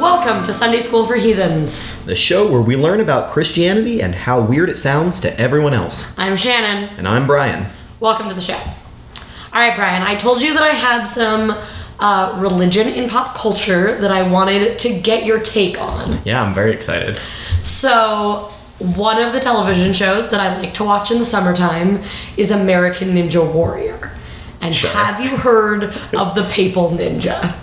Welcome to Sunday School for Heathens. the show where we learn about Christianity and how weird it sounds to everyone else. I'm Shannon. And I'm Brian. Welcome to the show. All right, Brian, I told you that I had some uh, religion in pop culture that I wanted to get your take on. Yeah, I'm very excited. So, one of the television shows that I like to watch in the summertime is American Ninja Warrior. And Sure. have you heard of the Papal Ninja?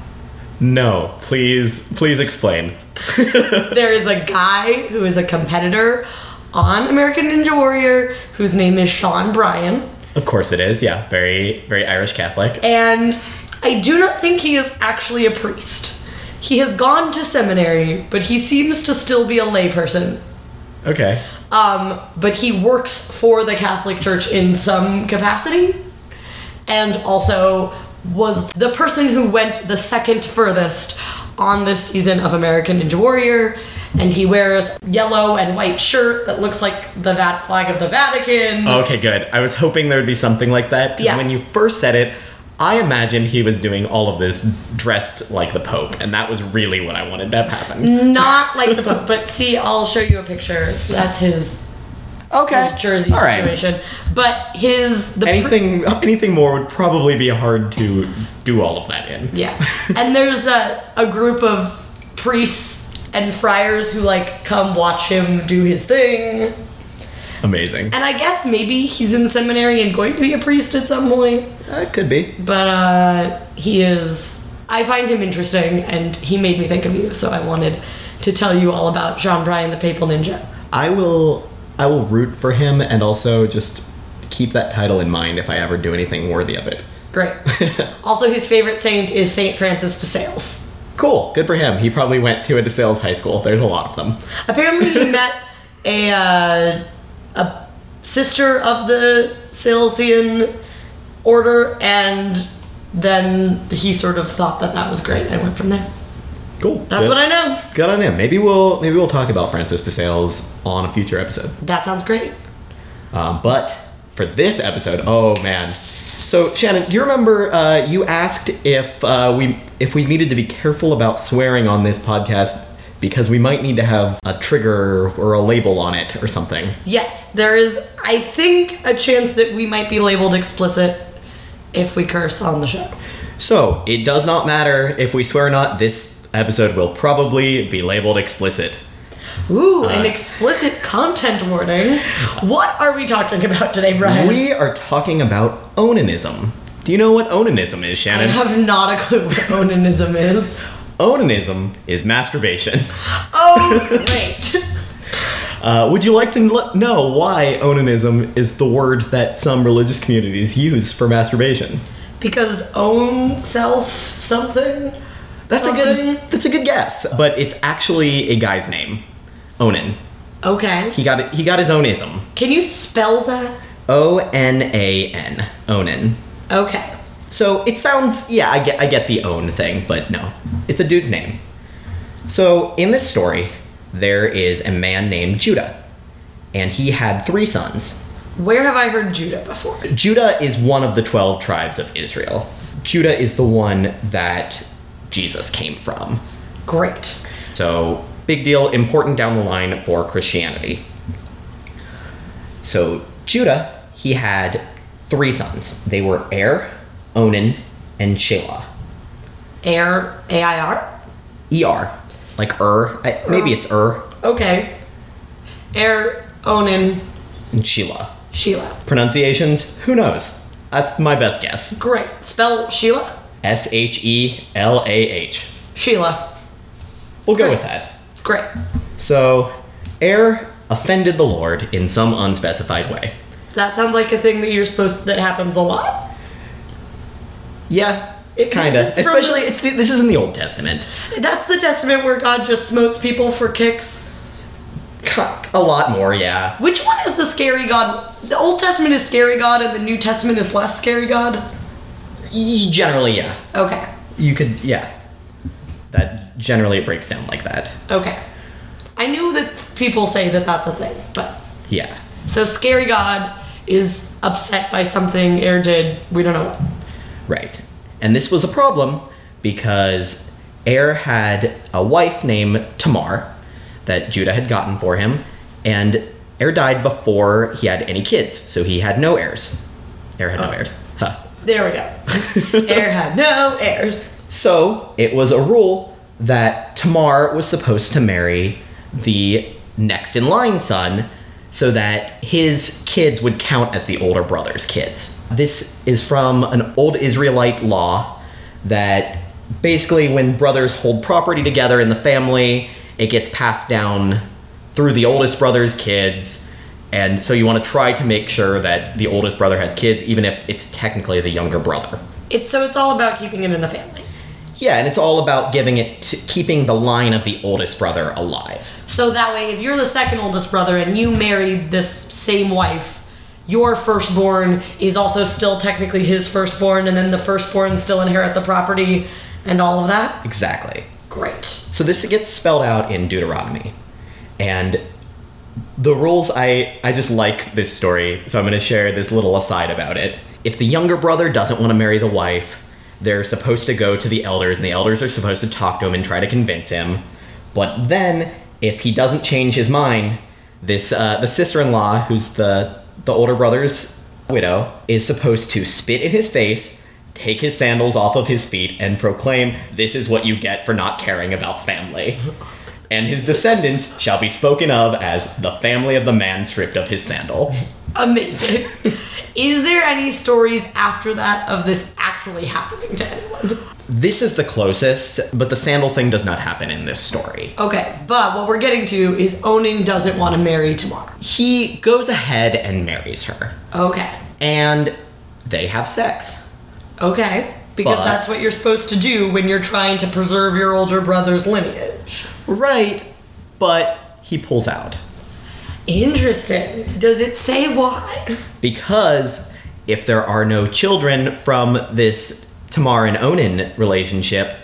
No, please, please explain. there is a guy who is a competitor on American Ninja Warrior whose name is Sean Bryan. Of course it is. Yeah, very, very Irish Catholic. And I do not think he is actually a priest. He has gone to seminary, but he seems to still be a layperson. Okay. Um, but he works for the Catholic Church in some capacity and also was the person who went the second furthest on this season of American Ninja Warrior. And he wears yellow and white shirt that looks like the Vat flag of the Vatican. Okay, good. I was hoping there would be something like that. 'cause Yeah. When you first said it, I imagined he was doing all of this dressed like the Pope, and that was really what I wanted to have Mm, happen. Not like the Pope, but see, I'll show you a picture. That's his, Okay. his jersey All right. situation. But his the pr- Anything, anything more would probably be hard to do all of that in. Yeah. and there's a, a group of priests and friars who like come watch him do his thing. Amazing. And I guess maybe he's in seminary and going to be a priest at some point. Uh, it could be. But uh he is I find him interesting and he made me think of you, so I wanted to tell you all about Jean Bryan the Papal Ninja. I will I will root for him and also just keep that title in mind if I ever do anything worthy of it. Great. also his favorite saint is Saint Francis de Sales. Cool, good for him. He probably went to a DeSales high school. There's a lot of them. Apparently, he met a uh, a sister of the Silesian order, and then he sort of thought that that was great and went from there. Cool. That's what I know. Good on him. Maybe we'll maybe we'll talk about Francis DeSales on a future episode. That sounds great. Um, but for this episode, oh man. So Shannon, do you remember uh, you asked if uh, we if we needed to be careful about swearing on this podcast because we might need to have a trigger or a label on it or something. Yes, there is. I think a chance that we might be labeled explicit if we curse on the show. So, it does not matter if we swear or not, this episode will probably be labeled explicit. Ooh, an explicit content warning. What are we talking about today, Brian? We are talking about onanism. Do you know what onanism is, I Shannon? have not a clue what onanism is. Onanism is masturbation. Oh, great. Uh, would you like to l- know why onanism is the word that some religious communities use for masturbation? Because own self something? That's a Something. good that's a good guess, but it's actually a guy's name. Onan. Okay. He got it, he got his own ism. Can you spell that? O N A N. Onan. Okay. So it sounds, yeah, I get, I get the own thing, but no, it's a dude's name. So in this story, there is a man named Judah, and he had three sons. Where have I heard Judah before? Judah is one of the 12 tribes of Israel. Judah is the one that Jesus came from. Great. So, big deal, important down the line for Christianity. So, Judah, he had three sons. They were Er, Onan, and Shelah. Air A I R? ER. Like er. I, maybe it's er Okay. Air Onan and Sheila. Sheila. Pronunciations? Who knows? That's my best guess. Great. Spell Sheila? S H E L A H. Sheila. We'll go with that. Great. So, Er offended the Lord in some unspecified way. That sounds like a thing that you're supposed that happens a lot. Yeah, It- kinda. this is from Especially, the- it's the, this is in the Old Testament. That's the testament where God just smotes people for kicks. A lot more, yeah. Which one is the scary God? The Old Testament is scary God and the New Testament is less scary God? Y- Generally, yeah. Okay. You could, yeah. That generally it breaks down like that. Okay. I knew that people say that that's a thing, but Yeah. so scary god is upset by something Air did. We don't know what. Right. And this was a problem because Er had a wife named Tamar that Judah had gotten for him, and Er died before he had any kids, so he had no heirs. Er had no heirs. Huh. There we go. Air had no heirs. So it was a rule that Tamar was supposed to marry the next in line son so that his kids would count as the older brother's kids. This is from an old Israelite law that basically, when brothers hold property together in the family, it gets passed down through the oldest brother's kids. And so you want to try to make sure that the oldest brother has kids, even if it's technically the younger brother. It's so it's all about keeping it in the family. Yeah, and it's all about giving it, to, keeping the line of the oldest brother alive. So that way, if you're the second oldest brother and you married this same wife, your firstborn is also still technically his firstborn, and then the firstborn still inherit the property and all of that. Exactly. Great. So this gets spelled out in Deuteronomy, and the rules. I I just like this story, so I'm going to share this little aside about it. If the younger brother doesn't want to marry the wife, they're supposed to go to the elders, and the elders are supposed to talk to him and try to convince him. But then, if he doesn't change his mind, this uh, the sister-in-law, who's the the older brother's widow, is supposed to spit in his face, take his sandals off of his feet, and proclaim, "This is what you get for not caring about family." And his descendants shall be spoken of as the family of the man stripped of his sandal. Amazing. is there any stories after that of this actually happening to anyone? This is the closest, but the sandal thing does not happen in this story. Okay, but what we're getting to is Onan doesn't want to marry Tamar. He goes ahead and marries her, Okay. and they have sex. Okay. Because But- that's what you're supposed to do when you're trying to preserve your older brother's lineage. Right, but he pulls out. Interesting. Does it say why? Because if there are no children from this Tamar and Onan relationship,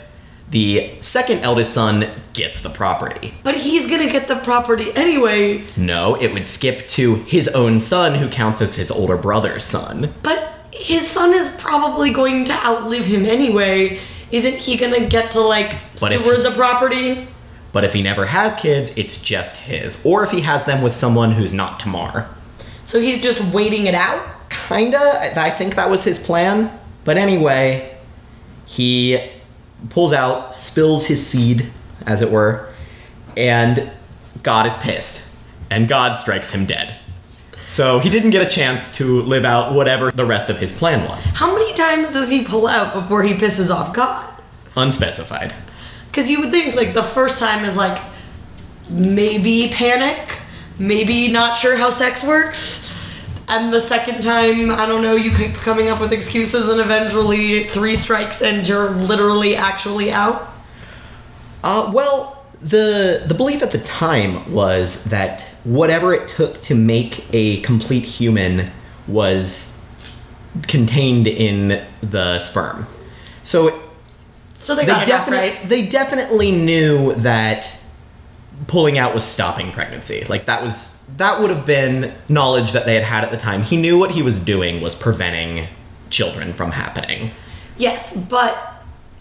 the second eldest son gets the property. But he's gonna get the property anyway. No, it would skip to his own son, who counts as his older brother's son. But his son is probably going to outlive him anyway. Isn't he gonna get to like But if steward he- the property? But if he never has kids, it's just his. Or if he has them with someone who's not Tamar. So he's just waiting it out? Kinda, I I think that was his plan. But anyway, he pulls out, spills his seed, as it were, and God is pissed. And God strikes him dead. So he didn't get a chance to live out whatever the rest of his plan was. How many times does he pull out before he pisses off God? Unspecified. Because you would think, like, the first time is like maybe panic, maybe not sure how sex works. And the second time, I don't know, you keep coming up with excuses and eventually three strikes and you're literally actually out. Uh, well, the the belief at the time was that whatever it took to make a complete human was contained in the sperm. So So they, they got enough, definitely right? they definitely knew that pulling out was stopping pregnancy. Like that was that would have been knowledge that they had had at the time. He knew what he was doing was preventing children from happening. Yes, but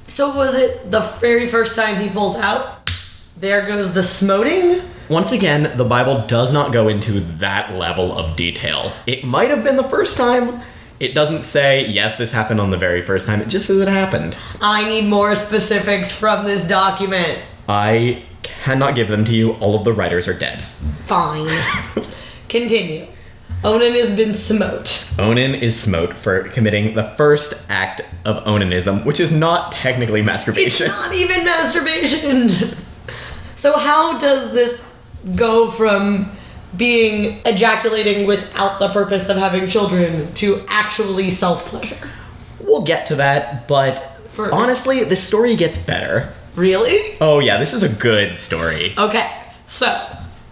so was it the very first time he pulls out? There goes the smoting? Once again, the Bible does not go into that level of detail. It might have been the first time. It doesn't say, yes, this happened on the very first time. It just says it happened. I need more specifics from this document. I cannot give them to you. All of the writers are dead. Fine. Continue. Onan has been smote. Onan is smote for committing the first act of onanism, which is not technically It's masturbation. not even masturbation. So how does this go from being ejaculating without the purpose of having children to actually self pleasure? We'll get to that, but First. honestly, this story gets better. Really? Oh, yeah, this is a good story. Okay. So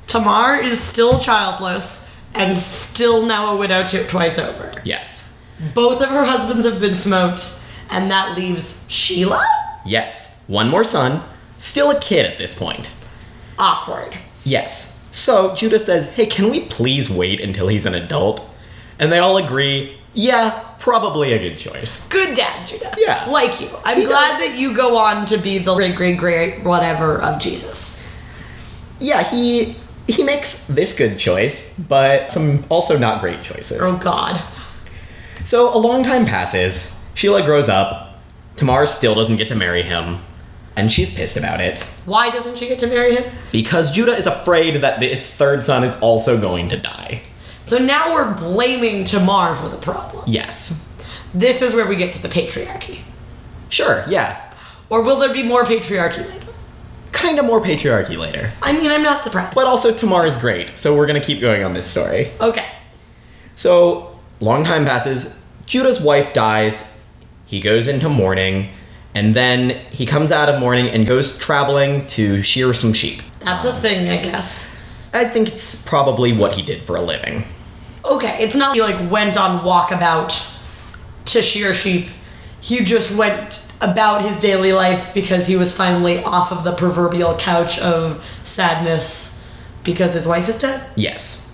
Tamar is still childless and still now a widow t- twice over. Yes. Both of her husbands have been smote, and that leaves Sheila Yes. One more son. Still a kid at this point. awkward. Yes. So Judah says, Hey, can we please wait until he's an adult? And they all agree, Yeah, probably a good choice. Good dad, Judah. Yeah. Like you. I'm He glad that you go on to be the great, great, great whatever of Jesus. Yeah, he he makes this good choice, but some also not great choices. Oh, God. So a long time passes. Sheila grows up. Tamar still doesn't get to marry him, and she's pissed about it Why doesn't she get to marry him? because Judah is afraid that his third son is also going to die. So now we're blaming Tamar for the problem. Yes. This is where we get to the patriarchy. Sure, yeah. Or will there be more patriarchy later? Kind of more patriarchy later. I mean, I'm not surprised. But also, Tamar is great, so we're gonna keep going on this story. okay. So, long time passes. Judah's wife dies. He goes into mourning, and then he comes out of mourning and goes traveling to shear some sheep. That's a thing, I guess. I think it's probably what he did for a living. Okay, it's not he like went on walkabout to shear sheep. He just went about his daily life because he was finally off of the proverbial couch of sadness because his wife is dead. Yes.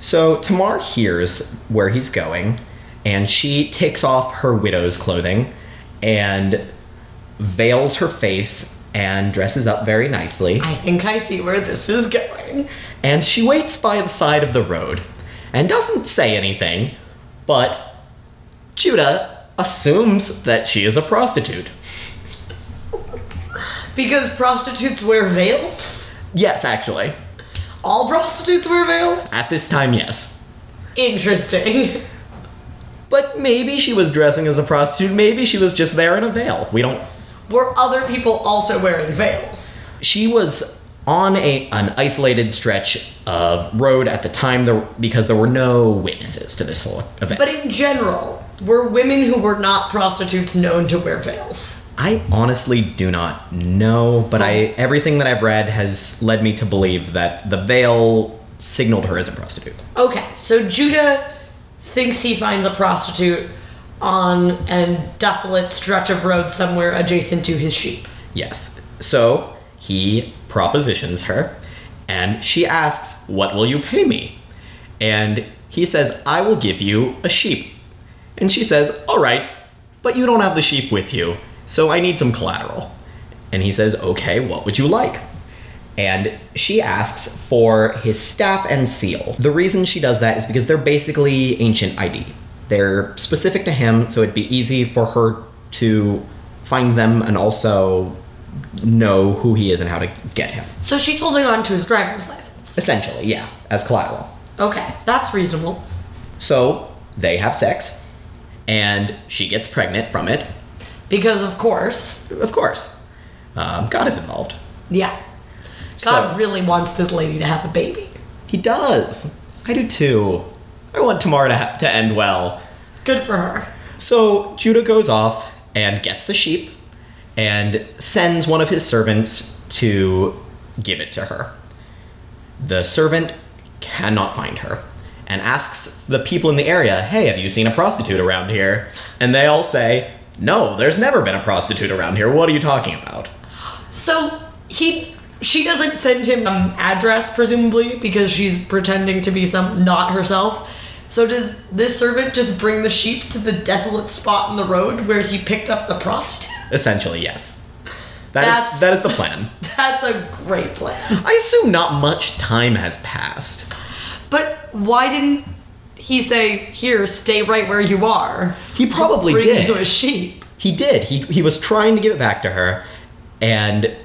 So Tamar hears where he's going, and she takes off her widow's clothing and veils her face and dresses up very nicely. I think I see where this is going. And she waits by the side of the road and doesn't say anything, but Judah assumes that she is a prostitute. Because prostitutes wear veils? Yes, actually. All prostitutes wear veils? At this time, yes. Interesting. But maybe she was dressing as a prostitute, maybe she was just there in a veil. We don't Were other people also wearing veils? she was on a an isolated stretch of road at the time there, because there were no witnesses to this whole event. But in general, were women who were not prostitutes known to wear veils? I honestly do not know, but I everything that I've read has led me to believe that the veil signaled her as a prostitute. Okay, so Judah thinks he finds a prostitute on an desolate stretch of road somewhere adjacent to his sheep. Yes. So he propositions her, and she asks, What will you pay me? And he says, I will give you a sheep. And she says, All right, but you don't have the sheep with you, so I need some collateral. And he says, Okay, what would you like? And she asks for his staff and seal. The reason she does that is because they're basically ancient ID. They're specific to him, so it'd be easy for her to find them and also know who he is and how to get him. So she's holding on to his driver's license. Essentially, yeah, as collateral. Okay, that's reasonable. So they have sex, and she gets pregnant from it. Because, of course, Of course, um, God is involved. yeah, God So- really wants this lady to have a baby. He does. I do too. I want tomorrow to, ha- to end well. Good for her. So Judah goes off and gets the sheep and sends one of his servants to give it to her. The servant cannot find her and asks the people in the area, Hey, have you seen a prostitute around here? And they all say, No, there's never been a prostitute around here. What are you talking about? So he she doesn't send him an address presumably because she's pretending to be some not herself. So does this servant just bring the sheep to the desolate spot in the road where he picked up the prostitute? Essentially, yes. That That's- is, that is the plan. That's a great plan. I assume not much time has passed. But why didn't he say, "Here, stay right where you are"? He probably bring did. you a sheep. He did. He he was trying to give it back to her, and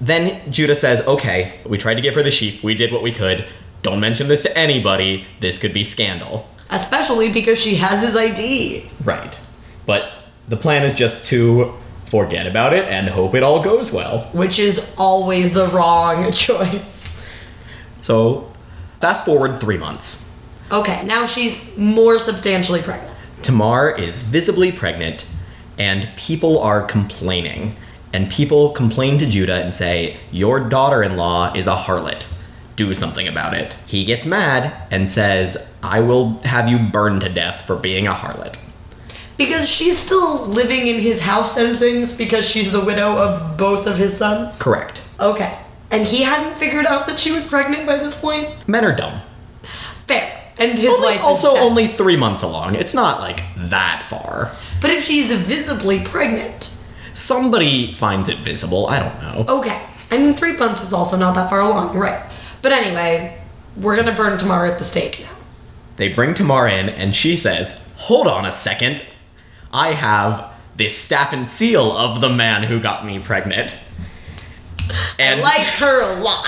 then Judah says, "Okay, we tried to give her the sheep. We did what we could. Don't mention this to anybody. This could be scandal." Especially because she has his ID. Right. But the plan is just to forget about it and hope it all goes well. Which is always the wrong choice. So, fast forward 3 months. Okay, now she's more substantially pregnant. Tamar is visibly pregnant, and people are complaining. And people complain to Judah and say, Your daughter in law is a harlot. Do something about it. He gets mad and says, I will have you burned to death for being a harlot. Because she's still living in his house and things because she's the widow of both of his sons. Correct. Okay. And he hadn't figured out that she was pregnant by this point? Men are dumb. Fair. and his Only- wife also is fat. only three months along. It's not like that far. But if she's visibly pregnant, Somebody finds it visible. I don't know. okay. I mean, three months is also not that far along, you're right? But anyway, we're gonna burn tomorrow at the stake now. They bring Tamar in, and she says, Hold on a second. I have the staff and seal of the man who got me pregnant. And, I like her a lot.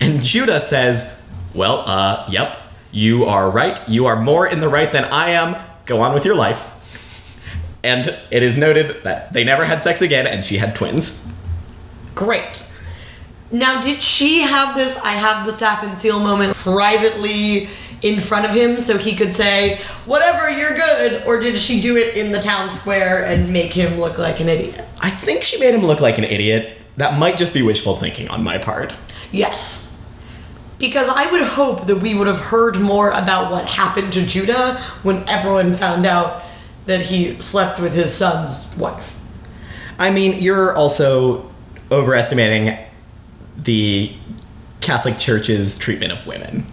and Judah says, Well, uh, yep, you are right. You are more in the right than I am. Go on with your life. And it is noted that they never had sex again, and she had twins. Great. Now, did she have this I have the staff and seal moment privately in front of him so he could say, whatever, you're good? Or did she do it in the town square and make him look like an idiot? I think she made him look like an idiot. That might just be wishful thinking on my part. Yes. Because I would hope that we would have heard more about what happened to Judah when everyone found out that he slept with his son's wife. I mean, you're also overestimating the Catholic Church's treatment of women.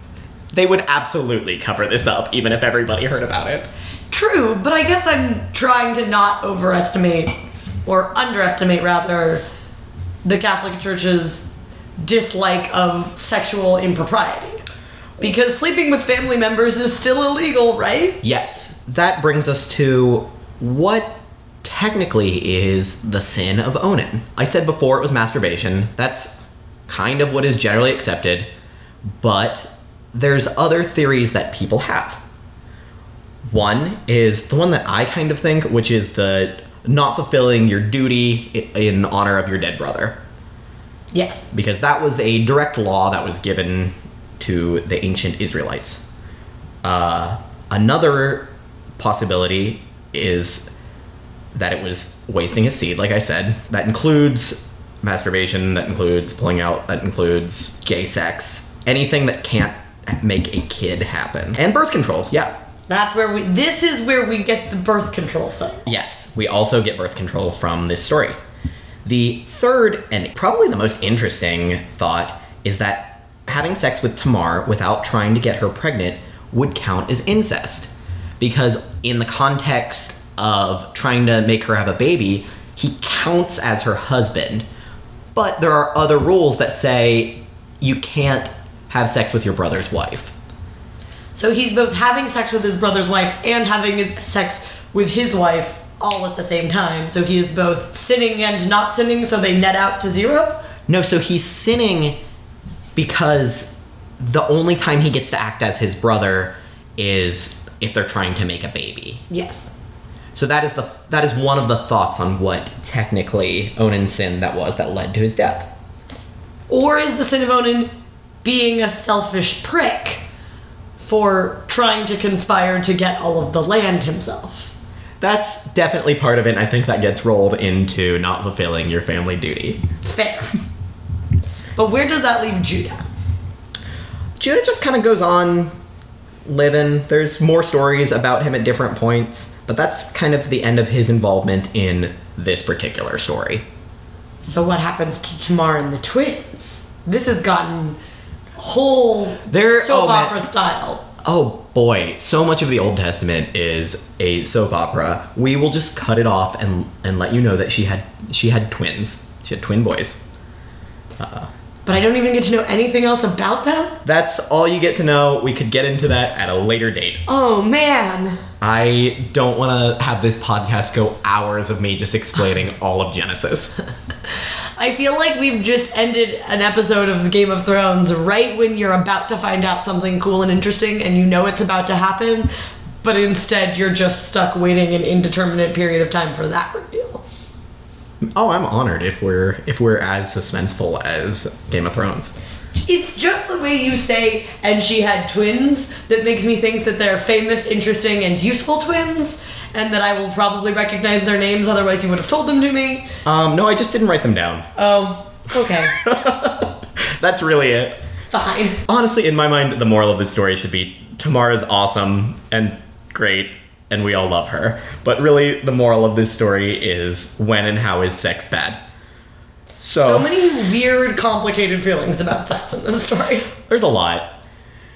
They would absolutely cover this up, even if everybody heard about it. True, but I guess I'm trying to not overestimate or underestimate rather the Catholic Church's dislike of sexual impropriety. Because sleeping with family members is still illegal, right? Yes. That brings us to what technically is the sin of Onan. I said before it was masturbation. That's kind of what is generally accepted, but there's other theories that people have. One is the one that I kind of think, which is the not fulfilling your duty i- in honor of your dead brother Yes. because that was a direct law that was given to the ancient Israelites. Uh, another possibility is that it was wasting his seed, like I said. That includes masturbation, that includes pulling out, that includes gay sex, anything that can't make a kid happen. And birth control, yeah. That's where we this is where we get the birth control thing. Yes, we also get birth control from this story. The third and probably the most interesting thought is that having sex with Tamar without trying to get her pregnant would count as incest. Because in the context of trying to make her have a baby, he counts as her husband. But there are other rules that say you can't have sex with your brother's wife. So he's both having sex with his brother's wife and having his sex with his wife all at the same time. So he is both sinning and not sinning, so they net out to zero. No, so he's sinning because the only time he gets to act as his brother is if they're trying to make a baby. Yes. So that is the that is one of the thoughts on what technically Onan's sin that was that led to his death. Or is the sin of Onan being a selfish prick for trying to conspire to get all of the land himself? That's definitely part of it, and I think that gets rolled into not fulfilling your family duty. Fair. but where does that leave Judah? Judah just kind of goes on living. There's more stories about him at different points, but that's kind of the end of his involvement in this particular story. So what happens to Tamar and the twins? This has gotten whole They're- soap oh, man. opera style. Oh boy, so much of the Old Testament is a soap opera. We will just cut it off and and let you know that she had she had twins. She had twin boys. But I don't even get to know anything else about them. That's all you get to know. We could get into that at a later date. Oh man. I don't want to have this podcast go hours of me just explaining all of Genesis. I feel like we've just ended an episode of Game of Thrones right when you're about to find out something cool and interesting and you know it's about to happen, but instead you're just stuck waiting an indeterminate period of time for that reveal. Oh, I'm honored if we're if we're as suspenseful as Game of Thrones. It's just the way you say, and she had twins, that makes me think that they're famous, interesting, and useful twins, and that I will probably recognize their names, otherwise, you would have told them to me. Um, no, I just didn't write them down. Oh, okay, That's really it. fine. honestly, in my mind, the moral of this story should be Tamar is awesome and great, and we all love her. But really, the moral of this story is when and how is sex bad? So So, many weird, complicated feelings about sex in this story. there's a lot.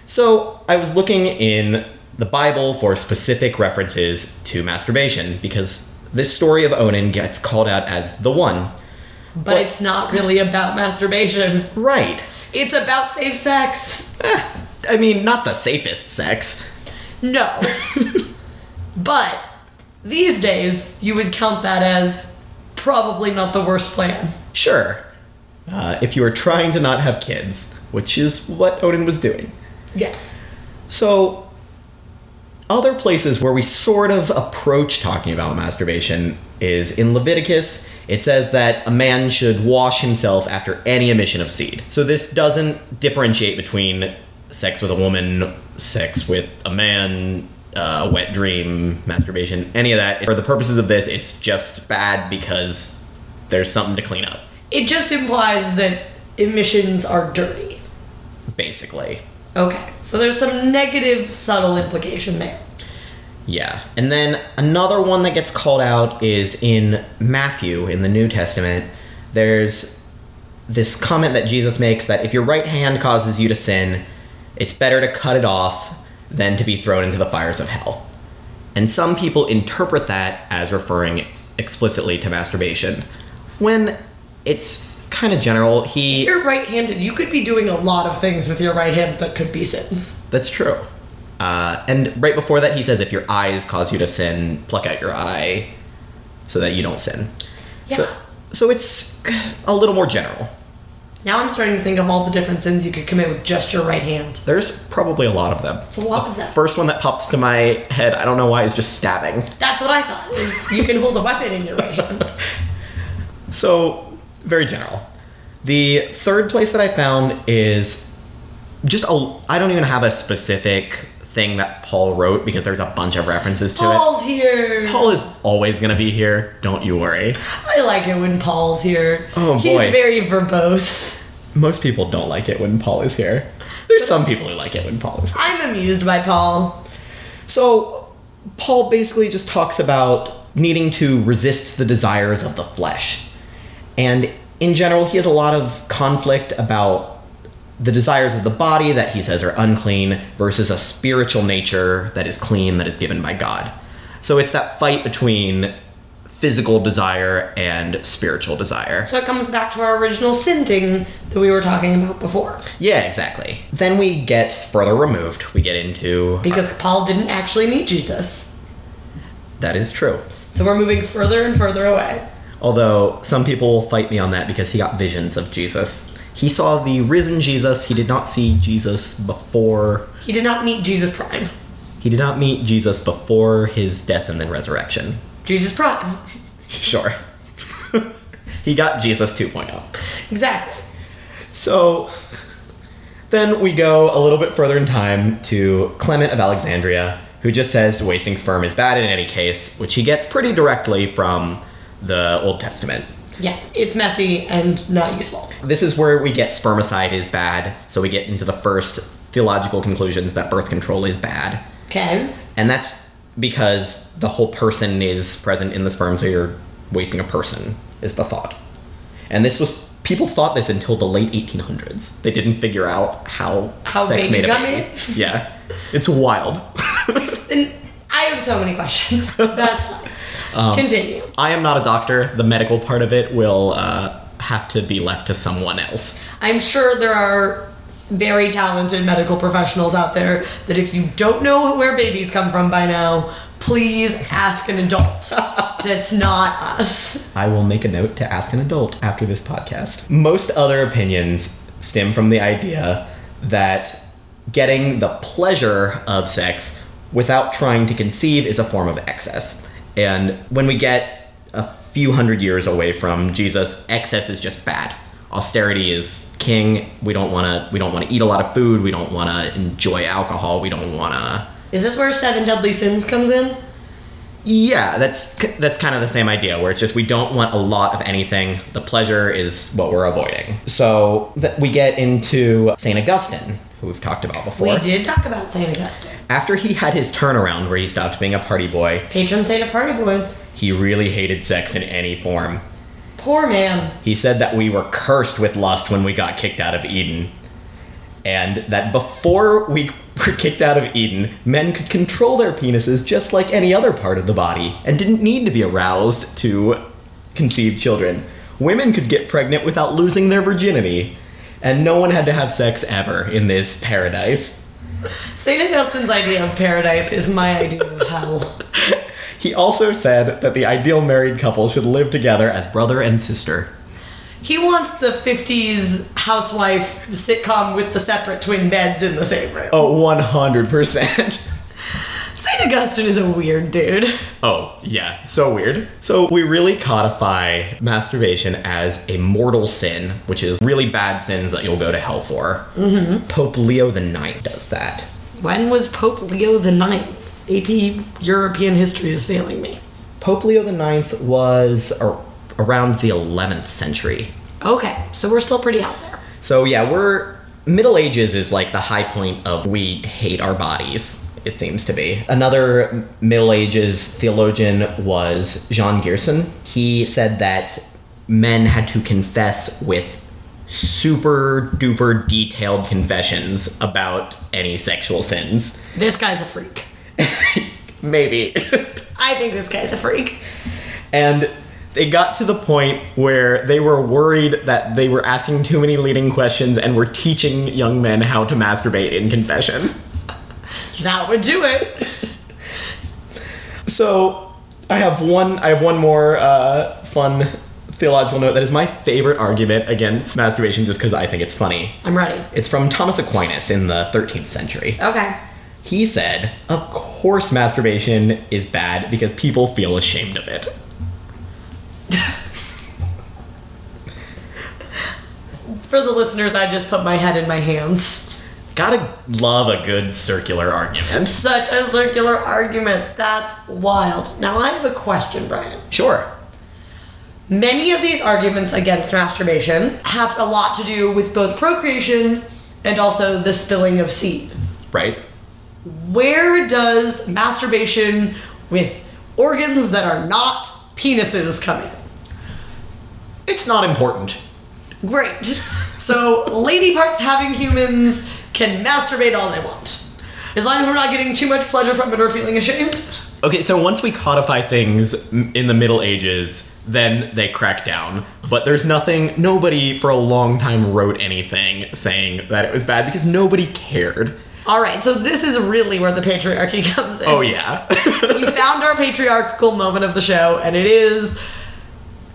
So, I was looking in the Bible for specific references to masturbation because this story of Onan gets called out as the one. But, it's not really about masturbation. Right. It's about safe sex. I mean, not the safest sex. No. but these days, you would count that as probably not the worst plan. Sure. Uh, if you are trying to not have kids, which is what Odin was doing. Yes. So, other places where we sort of approach talking about masturbation is in Leviticus. It says that a man should wash himself after any emission of seed. So, this doesn't differentiate between sex with a woman, sex with a man, uh, wet dream, masturbation, any of that. For the purposes of this, it's just bad because there's something to clean up, It just implies that emissions are dirty. basically. Okay. So there's some negative, subtle implication there. Yeah. And then another one that gets called out is in Matthew in the New Testament. There's this comment that Jesus makes that if your right hand causes you to sin, it's better to cut it off than to be thrown into the fires of hell. And some people interpret that as referring explicitly to masturbation, when it's kind of general. He. If you're right handed, you could be doing a lot of things with your right hand that could be sins. That's true. Uh, and right before that, he says, if your eyes cause you to sin, pluck out your eye so that you don't sin. So, Yeah. so it's a little more general. Now I'm starting to think of all the different sins you could commit with just your right hand. There's probably a lot of them. It's a lot of them. First one that pops to my head, I don't know why, is just stabbing. That's what I thought. is you can hold a weapon in your right hand. So, very general. The third place that I found is just a. I don't even have a specific thing that Paul wrote because there's a bunch of references to it. Paul's here. Paul is always going to be here. Don't you worry. I like it when Paul's here. Oh, He's boy. very verbose. Most people don't like it when Paul is here. There's some people who like it when Paul is here. I'm amused by Paul. So, Paul basically just talks about needing to resist the desires of the flesh. And in general, he has a lot of conflict about the desires of the body that he says are unclean versus a spiritual nature that is clean, that is given by God. So, it's that fight between physical desire and spiritual desire. So it comes back to our original sin thing that we were talking about before. Yeah, exactly. Then we get further removed. We get into Because Paul didn't actually meet Jesus. That is true. So we're moving further and further away. Although some people will fight me on that because he got visions of Jesus. He saw the risen Jesus. He did not see Jesus before. He did not meet Jesus Prime. He did not meet Jesus before his death and then resurrection. Jesus Prime. Sure. he got Jesus 2.0. Exactly. So then we go a little bit further in time to Clement of Alexandria, who just says wasting sperm is bad in any case, which he gets pretty directly from the Old Testament. Yeah, it's messy and not useful. This is where we get spermicide is bad, so we get into the first theological conclusions that birth control is bad. Okay. And that's because the whole person is present in the sperm, so you're wasting a person, is the thought. And this was, people thought this until the late 1800s. They didn't figure out how, How sex babies made a got baby. Yeah. It's wild. And I have so many questions. That's fine. Um, Continue. I am not a doctor. The medical part of it will uh, have to be left to someone else. I'm sure there are very talented medical professionals out there that if you don't know where babies come from by now, please ask an adult. That's not us. I will make a note to ask an adult after this podcast. Most other opinions stem from the idea that getting the pleasure of sex without trying to conceive is a form of excess. And when we get a few hundred years away from Jesus, excess is just bad. Austerity is king. We don't want to we don't want to eat a lot of food. We don't want to enjoy alcohol. We don't want to Is this where seven deadly sins comes in? yeah, that's that's kind of the same idea where it's just we don't want a lot of anything. The pleasure is what we're avoiding. So that we get into St. Augustine, who we've talked about before. We did talk about Saint Augustine, After he had his turnaround where he stopped being a party boy, patron saint of party boys. he really hated sex in any form. Poor man. He said that we were cursed with lust when we got kicked out of Eden. and that before we were kicked out of Eden, men could control their penises just like any other part of the body and didn't need to be aroused to conceive children. Women could get pregnant without losing their virginity, and no one had to have sex ever in this paradise. St. Augustine's idea of paradise is my idea of hell. He also said that the ideal married couple should live together as brother and sister. He wants the 50s housewife sitcom with the separate twin beds in the same room. Oh, 100%. St. Augustine is a weird dude. Oh, yeah, so weird. So, we really codify masturbation as a mortal sin, which is really bad sins that you'll go to hell for. Mm-hmm. Pope Leo IX does that. When was Pope Leo the Ninth? AP European history is failing me. Pope Leo IX was ar- around the 11th century. Okay, so we're still pretty out there. So, yeah, we're. Middle Ages is like the high point of we hate our bodies, it seems to be. Another Middle Ages theologian was Jean Gerson. He said that men had to confess with super duper detailed confessions about any sexual sins. This guy's a freak. Maybe. I think this guy's a freak. and they got to the point where they were worried that they were asking too many leading questions and were teaching young men how to masturbate in confession. That would do it. So I have one. I have one more uh, fun theological note that is my favorite argument against masturbation, just because I think it's funny. I'm ready. It's from Thomas Aquinas in the 13th century. Okay. He said, "Of course, masturbation is bad because people feel ashamed of it." For the listeners, I just put my head in my hands. Gotta love a good circular argument. Such a circular argument. That's wild. Now, I have a question, Brian. Sure. Many of these arguments against masturbation have a lot to do with both procreation and also the spilling of seed. Right. Where does masturbation with organs that are not penises come in? It's not important. Great. So, lady parts having humans can masturbate all they want. As long as we're not getting too much pleasure from it or feeling ashamed. Okay, so once we codify things m- in the Middle Ages, then they crack down. But there's nothing, nobody for a long time wrote anything saying that it was bad because nobody cared. All right, so this is really where the patriarchy comes in. Oh, yeah. we found our patriarchal moment of the show, and it is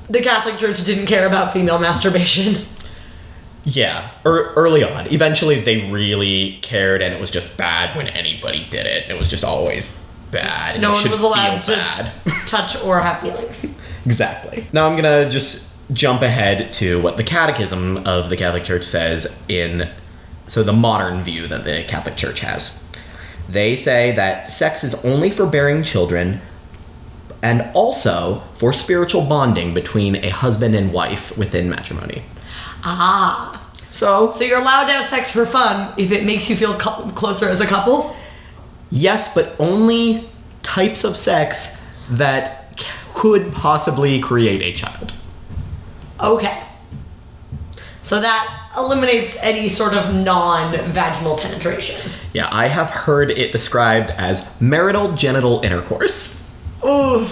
the Catholic Church didn't care about female masturbation. yeah, er- early on. Eventually, they really cared, and it was just bad when anybody did it. It was just always bad. and No it one should was allowed feel to bad. touch or have feelings. Exactly. Now I'm going to just jump ahead to what the Catechism of the Catholic Church says in so the modern view that the Catholic Church has. They say that sex is only for bearing children and also for spiritual bonding between a husband and wife within matrimony. Ah, So, so you're allowed to have sex for fun if it makes you feel cou- closer as a couple. yes, but only types of sex that c- could possibly create a child. Okay. So that eliminates any sort of non-vaginal penetration. Yeah, I have heard it described as marital genital intercourse. Ooh,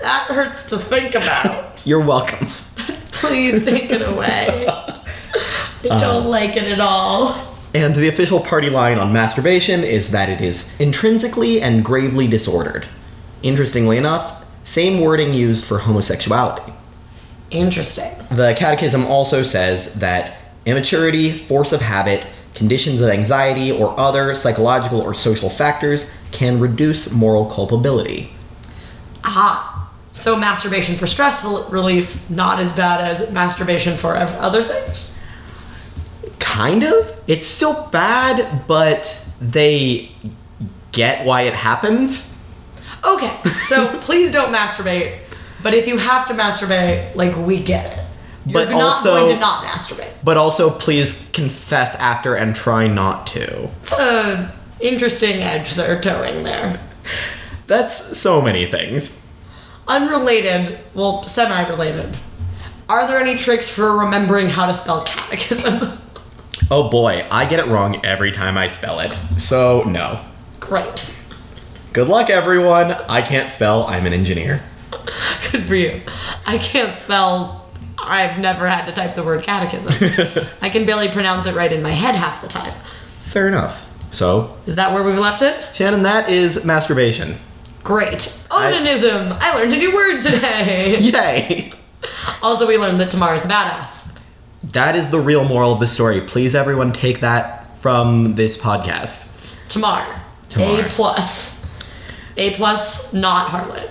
that hurts to think about. You're welcome. Please take it away. I don't like it at all. And the official party line on masturbation is that it is intrinsically and gravely disordered. Interestingly enough, same wording used for homosexuality. Interesting. The Catechism also says that immaturity, force of habit, conditions of anxiety, or other psychological or social factors can reduce moral culpability. Ah, so masturbation for stress rel- relief not as bad as masturbation for ev- other things. Kind of? It's still bad, but they get why it happens. Okay, so please don't masturbate. But if you have to masturbate, like we get it. You're But not also- going to not masturbate. But also, please confess after and try not to. It's an interesting edge they're towing there. That's so many things. Unrelated, well, semi-related. Are there any tricks for remembering how to spell catechism? Oh boy, I get it wrong every time I spell it. So, no. Great. Good luck, everyone. I can't spell, I'm an engineer. Good for you. I can't spell. I've never had to type the word catechism. I can barely pronounce it right in my head half the time. Fair enough. So, Is that where we've left it? Shannon, that is masturbation. Great. Onanism. I, learned a new word today. Yay! Also, we learned that Tamara's a badass. That is the real moral of the story. Please, everyone, take that from this podcast. Tamar. Tamar. A plus. A plus, not harlot.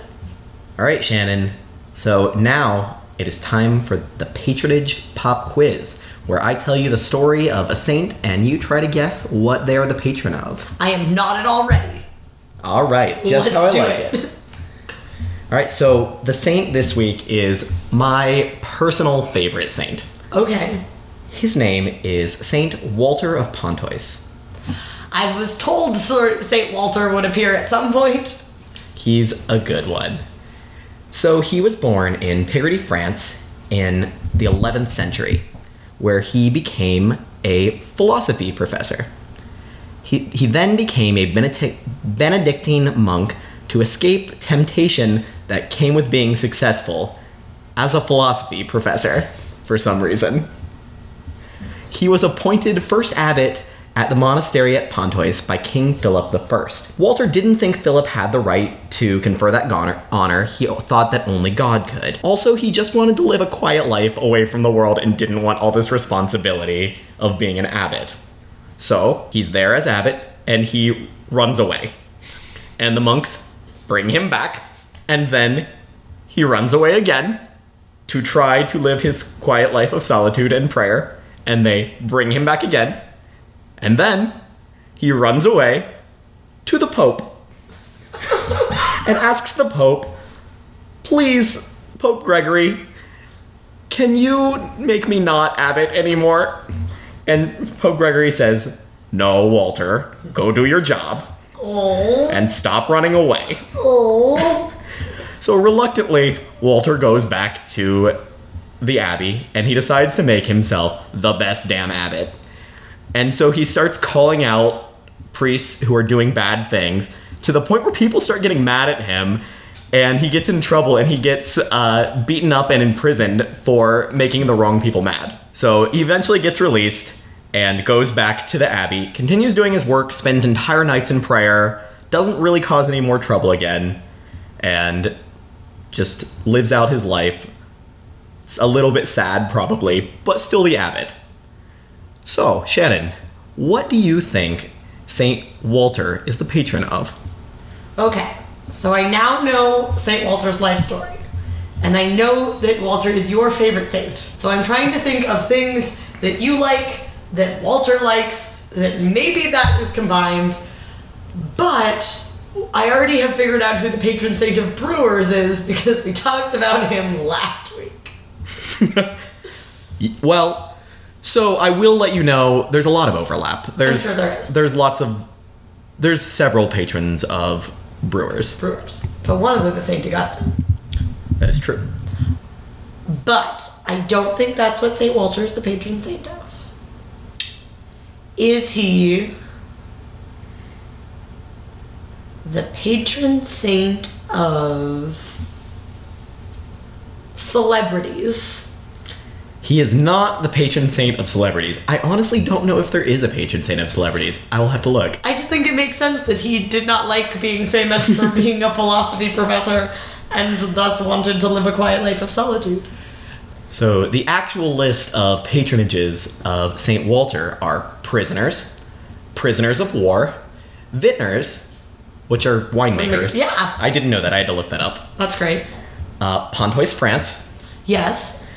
All right, Shannon. So now it is time for the patronage pop quiz, where I tell you the story of a saint and you try to guess what they are the patron of. I am not at all ready. All right, Let's just how I do like it. it. All right, so the saint this week is my personal favorite saint. Okay. His name is Saint Walter of Pontoise. I was told Sir St. Walter would appear at some point. He's a good one. So he was born in Picardy, France in the 11th century, where he became a philosophy professor. He, he then became a Benedict, Benedictine monk to escape temptation that came with being successful as a philosophy professor for some reason. He was appointed first abbot at the monastery at Pontoise by King Philip I. Walter didn't think Philip had the right to confer that gon- honor. He thought that only God could. Also, he just wanted to live a quiet life away from the world and didn't want all this responsibility of being an abbot. So, he's there as abbot and he runs away. And the monks bring him back and then he runs away again to try to live his quiet life of solitude and prayer, and they bring him back again. And then he runs away to the Pope and asks the Pope, please, Pope Gregory, can you make me not abbot anymore? And Pope Gregory says, No, Walter, go do your job Oh. and stop running away. Oh. So reluctantly, Walter goes back to the abbey and he decides to make himself the best damn abbot. And so he starts calling out priests who are doing bad things to the point where people start getting mad at him and he gets in trouble and he gets uh, beaten up and imprisoned for making the wrong people mad. So he eventually gets released and goes back to the abbey, continues doing his work, spends entire nights in prayer, doesn't really cause any more trouble again, and just lives out his life. It's a little bit sad, probably, but still the abbot. So, Shannon, what do you think St. Walter is the patron of? Okay, so I now know St. Walter's life story. And I know that Walter is your favorite saint. So I'm trying to think of things that you like, that Walter likes, that maybe that is combined. But I already have figured out who the patron saint of brewers is because we talked about him last week. Well, so I will let you know there's a lot of overlap. There's sure there is. there's lots of there's several patrons of brewers. Brewers. But one of them is St. Augustine. That is true. But I don't think that's what St. Walter is the patron saint of. Is he the patron saint of celebrities? He is not the patron saint of celebrities. I honestly don't know if there is a patron saint of celebrities. I will have to look. I just think it makes sense that he did not like being famous for being a philosophy professor and thus wanted to live a quiet life of solitude. So the actual list of patronages of St. Walter are prisoners, prisoners of war, vintners, which are winemakers. Yeah. I didn't know that. I had to look that up. That's great. Uh, Pontoise, France. Yes.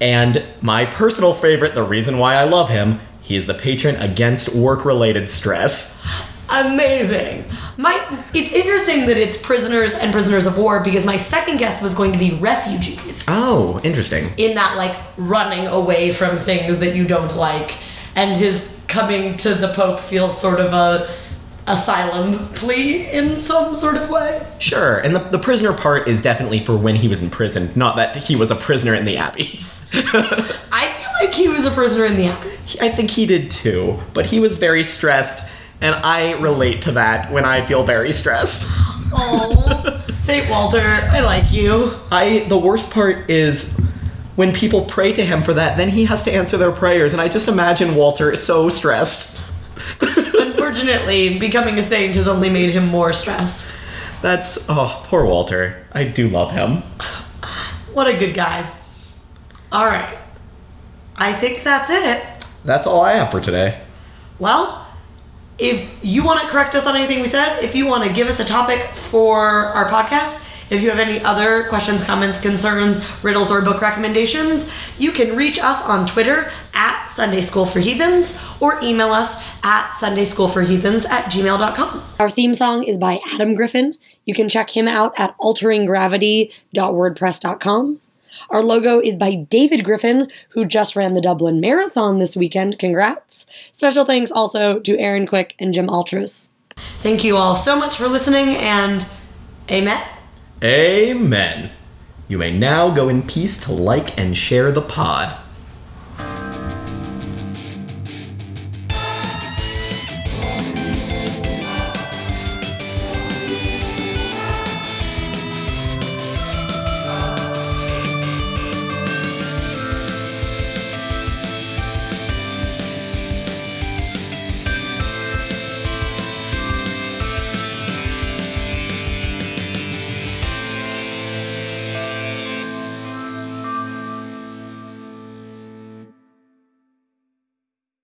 And my personal favorite, the reason why I love him, he is the patron against work related stress. Amazing. My it's interesting that it's prisoners and prisoners of war because my second guess was going to be refugees. Oh, interesting. In that like running away from things that you don't like and his coming to the pope feels sort of a asylum plea in some sort of way. Sure. And the, the prisoner part is definitely for when he was in prison, not that he was a prisoner in the Abbey. I feel like he was a prisoner in the abbey. He- I think he did too, but he was very stressed, and I relate to that when I feel very stressed. Oh, St. Walter, I like you. I the worst part is when people pray to him for that, then he has to answer their prayers, and I just imagine Walter is so stressed. Unfortunately, becoming a saint has only made him more stressed. That's oh, poor Walter. I do love him. What a good guy. All right. I think that's it. That's all I have for today. Well, if you want to correct us on anything we said, if you want to give us a topic for our podcast, if you have any other questions, comments, concerns, riddles, or book recommendations, you can reach us on Twitter at Sunday School for Heathens or email us at Sunday School for Heathens at gmail.com. Our theme song is by Adam Griffin. You can check him out at alteringgravity.wordpress.com. Our logo is by David Griffin, who just ran the Dublin Marathon this weekend. Congrats. Special thanks also to Aaron Quick and Jim Altris. Thank you all so much for listening and amen. Amen. You may now go in peace to like and share the pod.